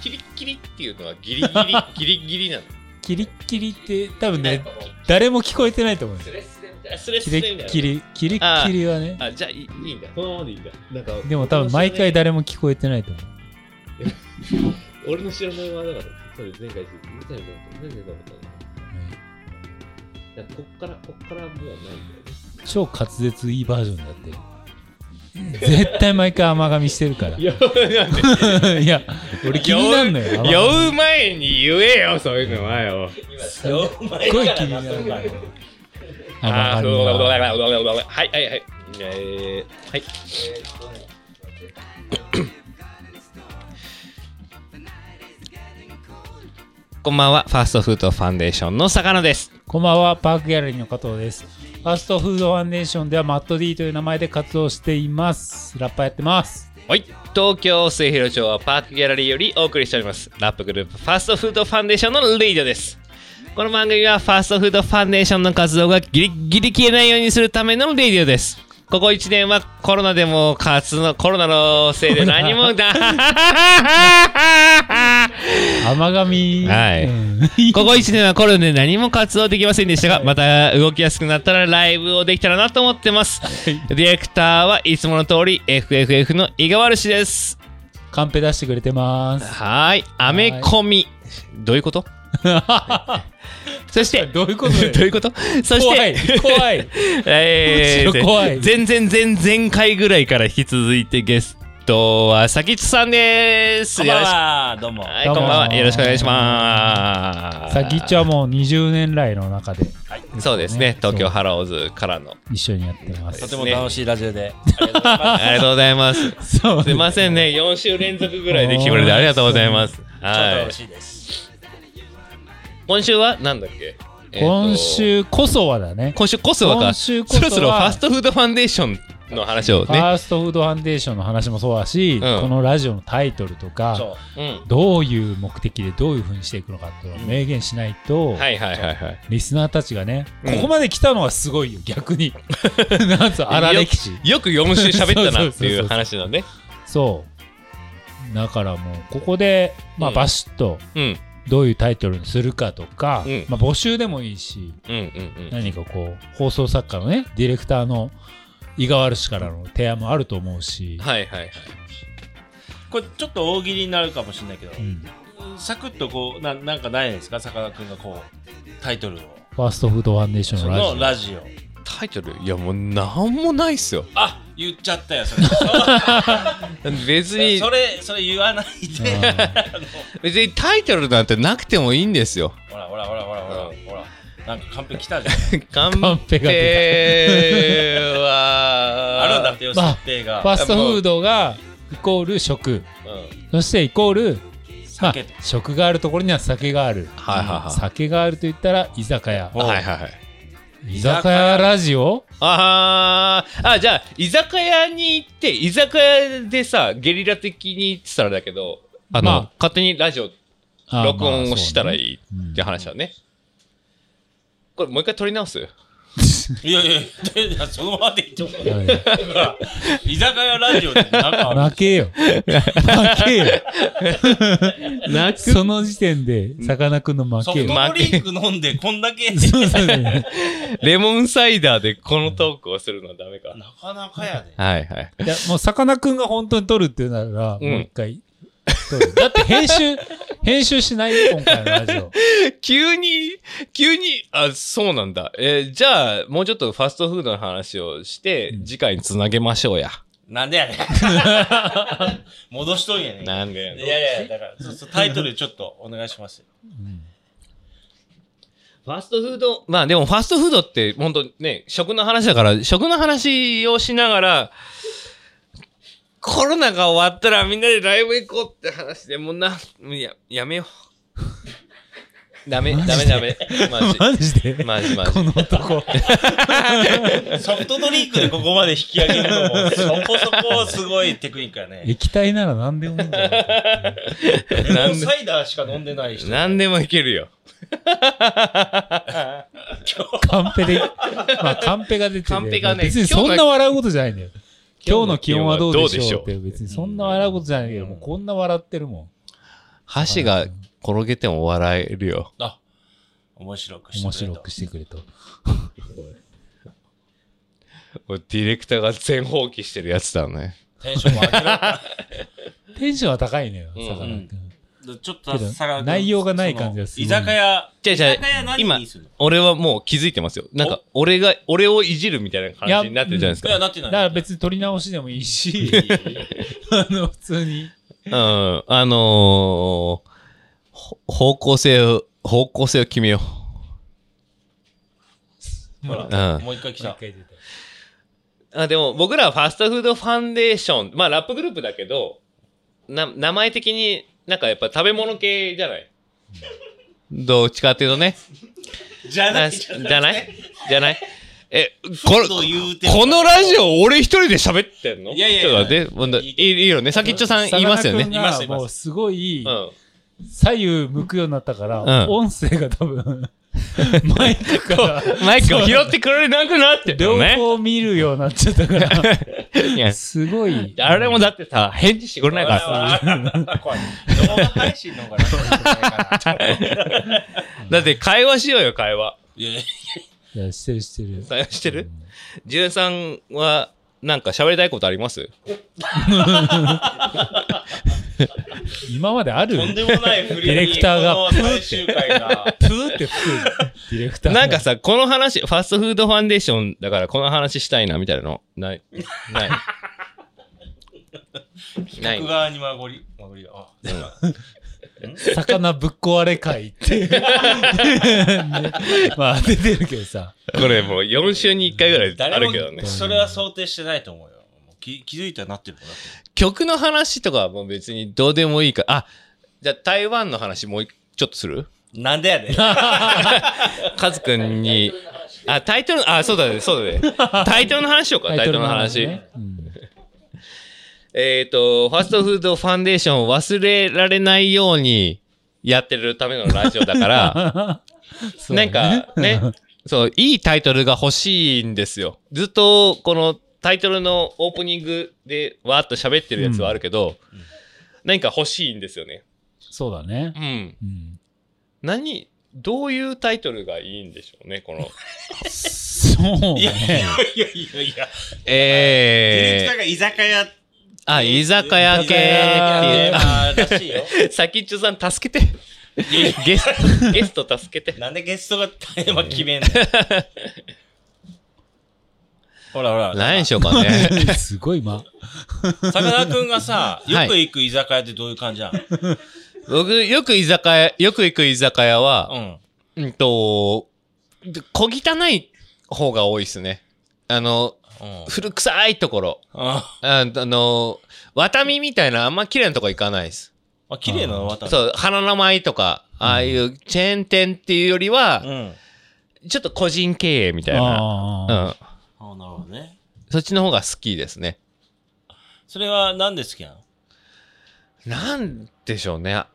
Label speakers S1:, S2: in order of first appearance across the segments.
S1: キリッキリっていうのは ギリギリギリギリなの
S2: キリッキリって多分
S1: なん
S2: ね
S1: かもう
S2: 誰も聞こえてないと思うんです
S1: スレ
S2: よ
S1: スレみたいなスレス
S2: キ
S1: レ
S2: レ
S1: みたいな
S2: ッキリキリッキリはね
S1: あじゃあいいいいんだこのままでいいんだなんか
S2: でも多分毎回誰も聞こえてないと思う
S1: 俺の知らないはだからそれ前回見たいな何でだろうなこっからこっからもうないんだよね
S2: 超滑舌いいバージョンだって絶対毎回甘噛みしてるから
S1: やなんで
S2: いや俺 気になるのよ甘噛み
S1: 酔う前に言えよそういうのはよ
S3: すよ
S2: す
S3: す
S2: っごい気になるから
S1: あ
S2: 甘
S1: あ
S2: 噛
S1: そう
S2: み
S1: だそう
S2: は
S1: だそうだそうだはいはいはいえー、はいこんばんはファーストフードファンデーションの魚です
S2: こんばんは、パークギャラリーの加藤です。ファストフードファンデーションではマット D という名前で活動しています。ラッパーやってます。
S1: はい東京末広町はパークギャラリーよりお送りしておりますラップグループファーストフードファンデーションのリードですこの番組はファーストフードファンデーションの活動がギリギリ消えないようにするためのレディオですここ1年はコロナでも活のコロナのせいで何もだ
S2: 甘髪。
S1: はい
S2: うん
S1: ここ1年はコロナで何も活動できませんでしたが、また動きやすくなったらライブをできたらなと思ってます。ディレクターはいつもの通り FFF の井川るしです。
S2: カンペ出してくれて ます。
S1: はーい、アメコミ。どういうことそして、
S2: どういうこと
S1: どういうことそして、
S2: 怖い、怖 い。
S1: え
S2: むしろ怖い
S1: 全然前前々回ぐらいから引き続いてゲストはさきちさんです。
S3: こんばん
S1: よろし
S3: はどうも
S1: くはい、こんばんは。よろしくお願いします。
S2: さきっちはもう20年来の中で
S1: そうですね、東京
S2: そう
S1: ハローズからの。
S2: 一緒にやってま
S3: と
S2: す。
S3: ても楽しいラジオでありがとうございます
S1: ありがとうございます。
S2: そう
S1: すいませんね、4週連続ぐらいで来てくれてありがとうございます。
S3: 超
S1: は
S3: 楽
S1: い。
S3: しいです
S1: 今週はなんだっけえーと
S2: 今週こそはだね。
S1: 今週こそはか。
S2: 今
S1: そ
S2: 週
S1: ろ
S2: こそは
S1: そろファストフードファンデーションの話を
S2: フ
S1: ね。
S2: ァーストフードファンデーションの話もそうだし、
S1: うん
S2: このラジオのタイトルとか、
S3: そ
S1: うん。
S2: どういう目的でどういうふうにしていくのかっていうのを明言しないと、
S1: はいはいはいはい。
S2: リスナーたちがね、
S1: うん
S2: ここまで来たのはすごいよ逆 になんつう荒歴史
S1: よく4週喋ったなってい
S2: そうそうそう
S1: う
S2: そう
S1: 話のね。
S2: そうだからもうここで、まあ
S1: うん
S2: バシッと
S1: うん。
S2: どういうタイトルにするかとか、
S1: うん
S2: まあ、募集でもいいし
S1: うんうんうん。
S2: 何かこう放送作家のねディレクターの伊賀る氏からの提案もあると思うし、
S1: はいはいはい。
S3: うこれちょっと大喜利になるかもしれないけど
S2: うん
S3: サクッとこうななんかないですかさかなクンがこうタイトルを
S2: ファーストフードファンデーショ
S3: そ
S2: ンのラジオ
S3: のラジオ
S1: タイトルいやもうなんもないっすよ。
S3: あ言っちゃったよそれそ
S1: 別に、
S3: それそれ言わないで
S1: 別にタイトルなんてなくてもいいんです よ。
S3: ほらほらほらほらほら
S1: う
S3: ほらなんかカンペ来たじゃん
S1: カ
S2: ンペが
S1: ペは。
S3: あるんだってよ
S2: まあ
S3: 設定が
S2: ファーストフードがイコール食
S3: うん
S2: そしてイコール
S3: 酒
S2: まあ食があるところには酒がある、
S1: はいはいはい
S2: 酒があると言ったら居酒屋
S1: はいはいはい。
S2: 居酒屋ラジオ
S1: あーあ、じゃあ、居酒屋に行って、居酒屋でさ、ゲリラ的にって言ったらあれだけど、あの、
S2: まあ
S1: 勝手にラジオ、
S2: あー
S1: 録音
S2: ま
S1: を
S2: あ
S1: したらい
S2: そうね
S1: いって話だね。これ、もう一回撮り直す
S3: いやいやいやそのままで言っても
S2: いやいや
S3: 居酒屋ラジオでなんかある
S2: 泣けよ泣けよ
S1: 泣
S2: その時点でさかなクンの負
S3: ソ
S2: け
S3: フ
S2: よ
S3: トドリンク飲んでこんだけ
S2: そうそうそう
S1: レモンサイダーでこのトークをするのはダメか。
S3: なかなかやで
S1: はいはい。
S2: いやもうさかなクンが本当に撮るっていうなら、
S1: うん
S2: もう一回撮るだって編集編集しないよ今回のラジオ
S1: 急に、急に、あ、そうなんだ。えーじゃあ、もうちょっとファストフードの話をして、
S2: うん
S1: 次回につなげましょうや。
S3: なんでやねん 戻しとんやねん
S1: なんでや
S3: い
S1: ねん
S3: やいやだからそうそうタイトルちょっとお願いしますよ
S1: ファストフード、まあでもファストフードって本当ね、食の話だから、食の話をしながら、コロナが終わったらみんなでライブ行こうって話でもうな、や、やめよう。ダメ、ダメダメ。マ
S2: マジで
S1: ジ。マジマジ。
S2: この男
S3: ソフトドリンクでここまで引き上げるのも、そこそこすごいテクニックやね。
S2: 液体なら何でもいいんだよ
S1: な
S3: レモン
S1: んで
S3: サイダーしか飲んでない人。
S1: なんでもいけるよ。
S2: カンペで、まあカンペが出てて
S1: カンペがね
S2: 別にそんな笑うことじゃないんだよ。今日の気温はどうでしょ
S1: 今日の
S2: う
S1: 気温はどうでしょう
S2: って別にそんな笑うことじゃないけど、
S3: うん
S2: もうこんな笑ってるもん。
S1: 箸が転げても笑えるよ。
S3: あ、面白くして
S2: 面
S3: くれ
S2: 白
S3: た
S2: くしてくれと。
S1: もうディレクターが全放棄してるやつだね。
S3: テンションも上げろ。
S2: テンションは高いのよ、
S1: うん
S2: さかなクン。
S3: ちょっとさ
S2: けど内容がない感じがする
S3: 居酒屋、
S1: じゃあじゃあ
S3: 居酒屋何にするの
S1: 俺はもう気づいてますよ。なんか、俺が、俺をいじるみたいな感じになってるじゃないです
S3: いや、
S1: か。
S3: なってな
S2: だか
S3: い。
S2: ら別に撮り直しでもいいし、 あの、普通に。
S1: うん。あのー、ほ方向性を、方向性を決めよ
S3: ほら
S1: う。うん。
S3: もう一回来
S2: もう
S3: た
S2: 一。回出た
S1: あでも僕らはファストフードファンデーション、まあラップグループだけど、な名前的になんかやっぱ食べ物系じゃないどっちかっていうとね。
S3: じ ゃ
S1: あ
S3: ない。
S1: じゃないじゃないえ、これ、
S3: ちょっと言うてる
S1: このラジオ俺一人で喋ってんの
S3: いやいやいや
S1: ちょっと待ってほんといいいいよね。先っちょさん言いますよ
S2: さ
S1: ね。
S2: かなクン
S3: いま
S2: が
S3: すいます
S2: もうすごい
S1: うん。
S2: 左右向くようになったから、
S1: うん
S2: 音声が多 分、マイクから
S1: マイクを拾ってくれなくなってる
S2: 両
S1: のね。
S2: 方見るようになっちゃったから、
S1: いや
S2: すごい。
S1: あれもだってさ、返事してくれないから。
S3: ら。怖い動画配信の方が楽じゃないかな
S1: だって会話しようよ、会話。
S3: いやいや
S2: いや、してるしてる。
S1: 会話してるジュンさんは、なんか喋りたいことあります
S2: 今まである
S3: とんでもない振りに
S2: ディレクターが
S3: この最終回が。
S2: プーって吹くディレクターが
S1: なんかさ、この話、ファストフードファンデーションだからこの話したいな、みたいなの。ない。 ない。ない
S3: 僕。側にまごり、まごりが。あ
S2: 魚ぶっ壊れ会っ ていう。まあ出てるけどさ。
S1: これもう4週に1回ぐらいあ
S3: 誰
S1: るけど
S3: も
S1: ね。
S3: それは想定してないと思うよ。もう気気づいたらなってるから。
S1: 曲の話とかはもう別にどうでもいいから。あ、じゃあ台湾の話もうちょっとする
S3: なんでやねん。
S1: カズくんに。あ、タイトル、あ、そうだね、そうだね。タイトルの話しようか、タイトルの話。
S2: ねうん
S1: えっ、と、ファストフードファンデーションを忘れられないようにやってるためのラジオだ から、
S2: そう
S1: なん
S2: ね
S1: かね、そう、いいタイトルが欲しいんですよ。ずっと、このタイトルのオープニングでわーっと喋ってるやつはあるけど、何か欲しいんですよね。
S2: そうだね
S1: う。ん。
S2: うん
S1: 何、どういうタイトルがいいんでしょうね、この。
S2: そう
S3: いやいや
S2: ね。
S3: いやいやいや。ディレク
S1: え
S3: ターが居酒屋。
S1: ー、あ、居酒屋系っていうあ
S3: あらしいよ。
S1: 先っちょさん助けて。ゲスト、ゲスト助けて。
S3: なんでゲストがテーマ決めんの ほらほら。
S1: 何にしようか ね。
S2: すごい、まあ。
S3: さかなクンがさ、
S1: は
S3: よ
S1: い
S3: く行く居酒屋ってどういう感じなの
S1: 僕、よく居酒屋、よく行く居酒屋は、
S3: うん。
S1: うんと、小汚い方が多いですね。あの、
S3: うん。
S1: 古臭いところ。
S3: あ、
S1: ああの、ワタミみたいなあんま綺麗なとこ行かないです。
S3: あ綺麗なのまた。う。
S1: そう、花の舞とか、ああいうチェーン店っていうよりは
S3: う、ん。
S1: ちょっと個人経営みたいな。う
S2: あ
S1: ん。
S3: あなるほどね。
S1: そっちの方が好きですね。
S3: それは何で好きなの
S1: なんでしょうね。あ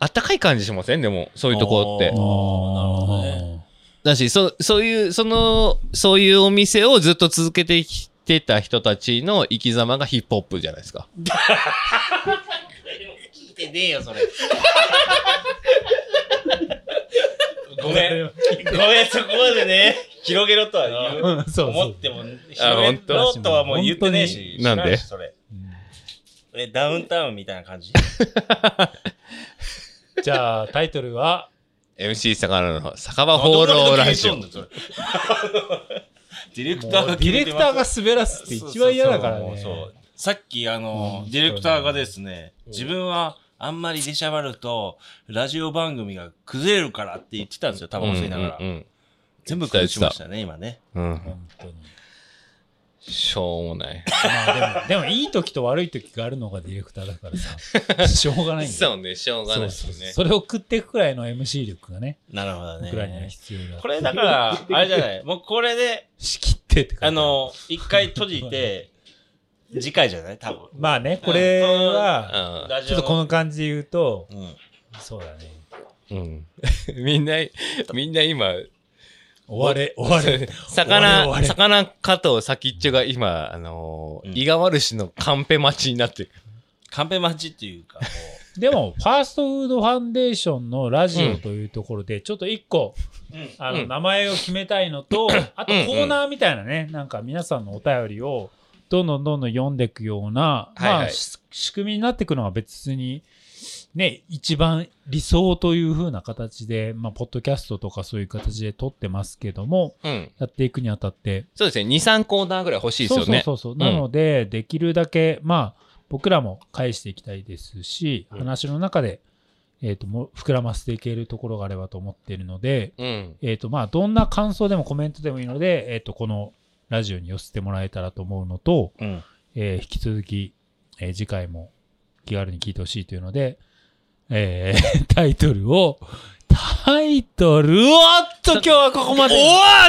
S1: あったかい感じしませんでも、そういうとこって
S2: ーあー。
S3: あーなるほどね
S1: だし、そ、そういう、その、そういうお店をずっと続けてきてた人たちの生き様がヒップホップじゃないですか。
S3: 聞いてねえよ、それ。 ごめん。ごめん、そこまでね、広げろとは言う。
S2: うんそうそ
S3: 思っ
S2: う。
S3: ても、
S1: あ
S3: 広げろとはもう言ってねえ
S1: 本
S3: し
S1: 当。になんで
S3: 知らしそれ。え、ダウンタウンみたいな感じ
S2: じゃあ、タイトルは、
S1: MC 坂野の酒場放浪ラジオ。
S3: デ ィレク
S2: もう
S3: ターが
S2: ディレクターが滑らすって一番嫌だから
S3: そう
S2: ね
S3: そう。そうさっきあの
S2: うん
S3: ディレクターがですね自分はあんまり出しゃばるとラジオ番組が崩れるからって言ってたんですよタバコ吸いながら
S1: うんうん
S3: 全部崩しましたね今ね
S1: うんうん
S2: 本当に
S1: しょうもない。
S2: まあでも、でもいい時と悪い時があるのがディレクターだか らさ、しょうがないんだよ。
S1: そうね、しょうがないですよね。
S2: それを食っていくくらいの MC 力がね、
S3: なるほど
S2: 僕らには
S3: ね
S2: 必要だ。
S3: これだからあれじゃないもうこれで
S2: 仕切ってって感
S3: あ
S2: じ
S3: の一回閉じて次回じゃない多分
S2: まあね、これは、
S1: う
S3: ラ
S2: ち
S3: ジ
S2: ょ
S3: オ
S2: っとこ
S3: の
S2: の感じで言うと、
S3: うん
S2: そうだね。
S1: んうん。みんな、 みんな今、
S2: 終われ、終われ。終わ
S1: 魚、
S2: れ終わ
S1: 魚加藤先っちょが今、あのー
S3: う、ん
S1: 伊賀丸市のカンペ待ちになってる。
S3: カンペ待ちっていうかもう
S2: でも、ファーストフードファンデーションのラジオというところで、ちょっと一個、
S3: うん
S2: あ
S1: う
S2: の、
S1: ん
S2: 名前を決めたいのと、あとコーナーみたいなね、なんか皆さんのお便りを、どんどんどんどん読んでいくような、
S1: はいはい
S2: まあ、し仕組みになっていくのは別に、ね、一番理想という風な形で、まあ、ポッドキャストとかそういう形で撮ってますけども、
S1: うん。
S2: やっていくにあたって、
S1: そうですね。2、3コーナーぐらい欲しいですよね。
S2: そうそうそうそうう。
S1: ん
S2: なので、できるだけ、まあ、僕らも返していきたいですし、
S1: うん
S2: 話の中で、えっ、と、もう膨らませていけるところがあればと思っているので、
S1: うん。
S2: えっ、と、まあ、どんな感想でもコメントでもいいので、えっ、と、このラジオに寄せてもらえたらと思うのと、
S3: うん。
S2: えー引き続き、えー次回も気軽に聞いてほしいというので、えー タイトルを、タイトルを、おっと、今日はここまで。
S1: おー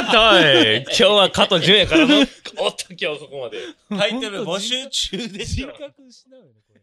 S1: っとおい今日は加藤純也からの、おっと今日はここまで。
S3: タイトル募集中です
S2: 自
S3: よ。
S2: 覚しないよね、これ。